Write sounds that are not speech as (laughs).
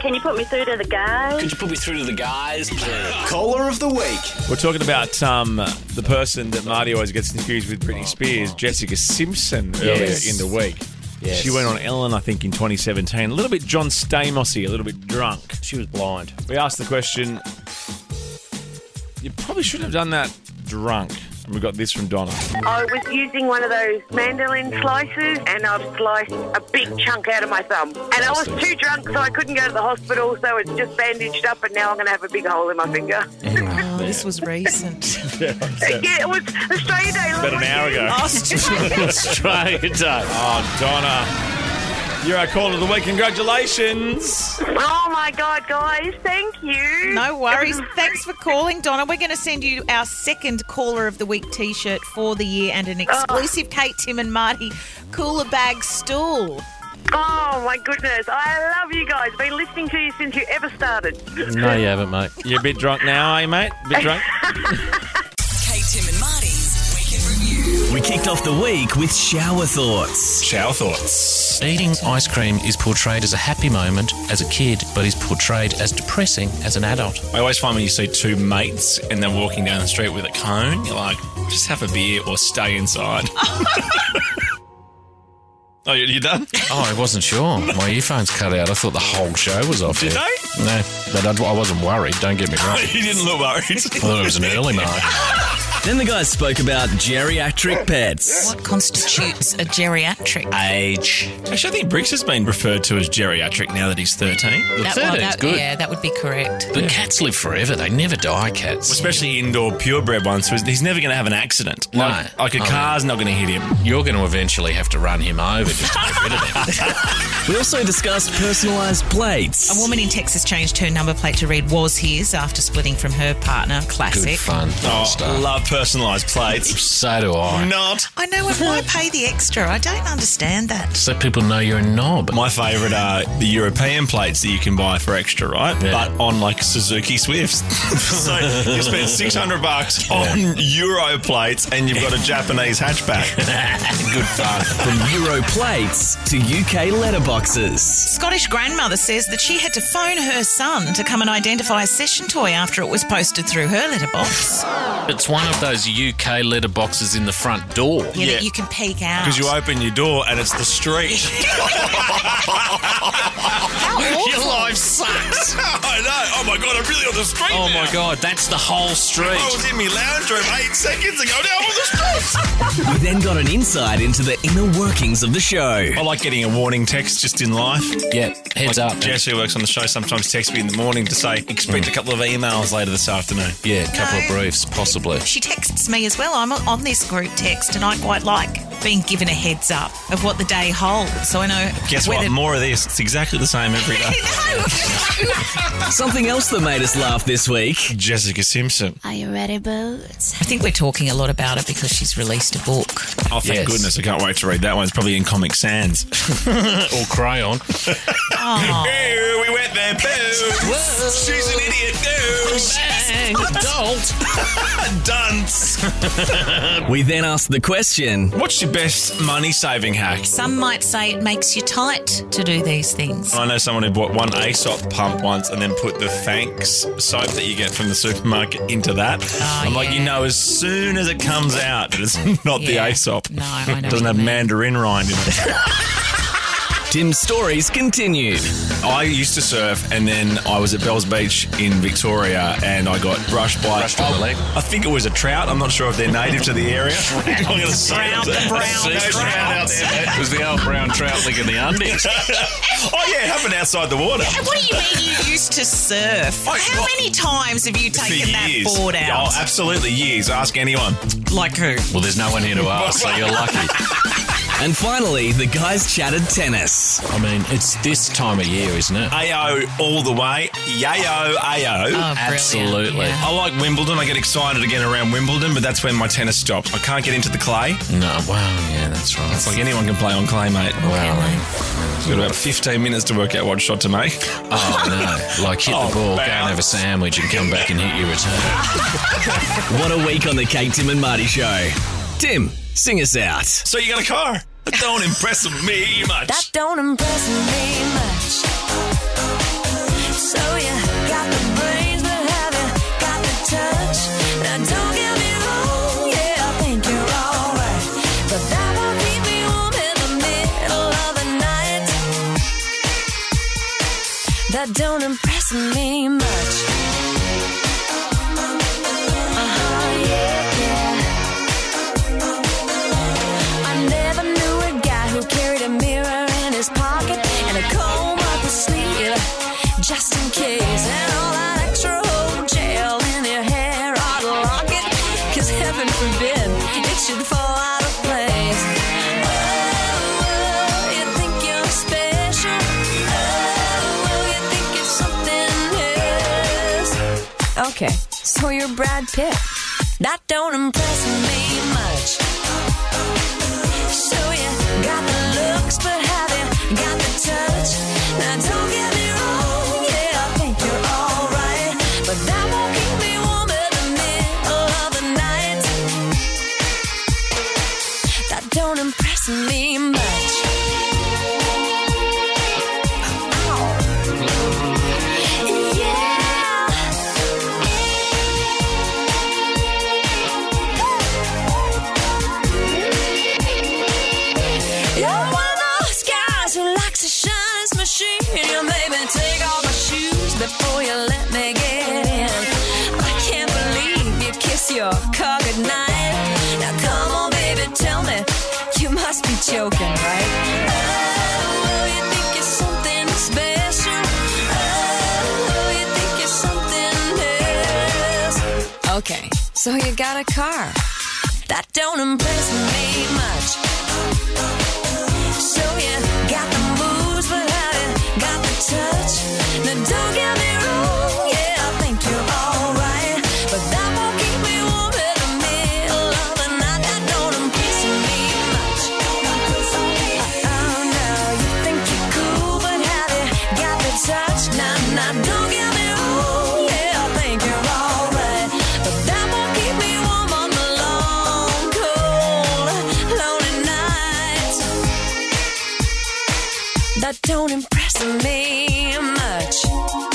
Can you put me through to the guys? Could you put me through to the guys, please? Caller of the week. We're talking about um, the person that Marty always gets confused with Britney Spears, Jessica Simpson, earlier Yes. in the week. Yes. She went on Ellen, I think, in 2017. A little bit John Stamosy, a little bit drunk. She was blind. We asked the question, you probably shouldn't have done that drunk. And we got this from Donna. I was using one of those mandolin slices and I've sliced a big chunk out of my thumb. And I was too drunk, so I couldn't go to the hospital, so it's just bandaged up, and now I'm going to have a big hole in my finger. Oh, this was recent. (laughs) (laughs) yeah, it was Australia Day. About an hour ago. (laughs) Australian time. Oh, Donna. You're our caller of the week. Congratulations. Oh my God, guys, thank you. No worries. Thanks for calling, Donna. We're going to send you our second Caller of the Week t shirt for the year and an Oh. exclusive Kate, Tim, and Marty cooler bag stool. Oh my goodness, I love you guys. Been listening to you since you ever started. No, you haven't, mate. You're a bit drunk now, eh, mate? A bit drunk? Kate, Tim, and Marty's Weekend Review. We kicked off the week with shower thoughts. Shower thoughts. Eating ice cream is portrayed as a happy moment as a kid, but is portrayed as depressing as an adult. I always find when you see two mates and they're walking down the street with a cone, you're like, just have a beer or stay inside. oh, you, you done? Oh, I wasn't sure. My earphones cut out. I thought the whole show was off. Did air. they? No, but I, I wasn't worried. Don't get me wrong. I (laughs) you didn't look worried. thought it was an early mark. Then the guys spoke about geriatric pets. What constitutes a geriatric? Age. Actually, I think Briggs has been referred to as geriatric now that he's 13. That, well, that, Yeah, that would be correct. But cats live forever. They never die, cats. Especially indoor purebred ones, so he's never going to have an accident. No. Like, like a Oh. car's not going to hit him. You're going to eventually have to run him over just to get rid of them. We also discussed personalised plates. A woman in Texas changed her number plate to read was his after splitting from her partner. Good Classic. fun. Oh, stuff. love personalised plates. So do I. not. I know, and (laughs) why pay the extra? I don't understand that. So people know you're a knob. My favourite are the European plates that you can buy for extra, right? Yeah. But on like Suzuki Swifts. (laughs) so you spend 600 bucks on Euro plates and you've got a Japanese (laughs) hatchback. Good fun. From Euro plates to UK letterboxes. Scottish grandmother says that she had to phone her son to come and identify a session toy after it was posted through her letterbox. It's one of those UK letter boxes in the front door. (laughs) Yeah, Yeah. that you can peek out. Because you open your door and it's the (laughs) street. Your life sucks. I know. Oh my God, I'm really on the street. now. oh Oh. my god, that's the whole street. I was in my lounge room eight seconds ago. Now I'm on the street. We then got an insight into the inner workings of the show. I like getting a warning text just in life. Yeah, heads up. (laughs) Jess, who works on the show, sometimes texts me in the morning to say, expect a couple of emails later this afternoon. Yeah, a couple of briefs, possibly. (laughs) She texts me as well. I'm on this group text, and I quite like being given a heads up of what the day holds, so I know. Guess whether- what? (laughs) More of this. It's exactly the same (laughs) every day. No. Something else that made us laugh this week. Jessica Simpson. Are you ready, boots? I think we're talking a lot about it because she's released a book. Oh, thank Yes. goodness. I can't wait to read that one. It's probably in Comic Sans. Or crayon. (laughs) Ew, we went there. Boo. She's an idiot. Bang, adult. Boo. Dunce. We then asked the question What's your best money saving hack? Some might say it makes you tight to do these things. I know someone who bought one Aesop pump once and then put the Thanks soap that you get from the supermarket into that. I'm like, Oh, yeah. you know, as soon as it comes out that it's (laughs) not Yeah. the Aesop. No, I know Doesn't what have you mean. mandarin rind in it. Tim's stories continued. I used to surf, and then I was at Bells Beach in Victoria, and I got brushed by. Brushed on the leg. I think it was a trout. I'm not sure if they're native to the (laughs) area. I'm gonna say brown- it. the (laughs) brown Sea trout. out there. (laughs) It was the old brown trout licking the undies. oh yeah, it happened outside the water. what do you mean you used to surf? I- How well- many times have you taken For that years. board out? Oh, absolutely years. Ask anyone. like who? Well, there's no one here to ask, so you're lucky. And finally, the guys chatted tennis. I mean, it's this time of year, isn't it? Ao all the way. Yayo, ao. Um. Oh, brilliant. Absolutely. Yeah. I like Wimbledon. I get excited again around Wimbledon, but that's when my tennis stops. I can't get into the clay. No, well, yeah, that's right. It's like anyone can play on clay, mate. Wow. I've got about 15 minutes to work out what shot to make. Oh, no. Like, hit Oh, the ball, go bounce. and have a sandwich and come back and hit your return. What a week on the Kate, Tim, and Marty show. Tim, sing us out. So you got a car? That don't impress me much. That don't impress me much. that don't impress me much. Uh-huh, yeah, yeah. I never knew a guy who carried a mirror in his pocket and a comb up his sleeve just in case. And all that extra old gel in your hair ought to lock it, 'cause heaven forbid it should fall out of place. Oh, oh, you think you're special. Oh, oh, you think you're something else. Okay, so you're Brad Pitt. That don't impress me much. So you got the looks, but have you got the touch? Now don't get me wrong, yeah, I think you're alright. But that won't keep me warm in the middle of the night. That don't impress me much. Ow. Yeah. You're one of those guys who likes to shine his machine. You made me take off my shoes before you let me get in. I can't believe you kiss your car goodnight. Now come on, baby, tell me you must be joking, right? Oh, you think you're something special. Oh, you think you're something else. Okay, so you got a car. That don't impress me much. So you got the moves, but have you got the touch? Now don't get me wrong, yeah, I think you're alright, but that won't keep me warm in the middle of the night. That don't impress me much. Oh no, you think you're cool, but have you got the touch? Now, now don't get me wrong, yeah, I think you're alright, but that won't keep me warm on the long, cold, lonely nights that don't impress me much. Uh-huh, Uh-huh. Uh-uh.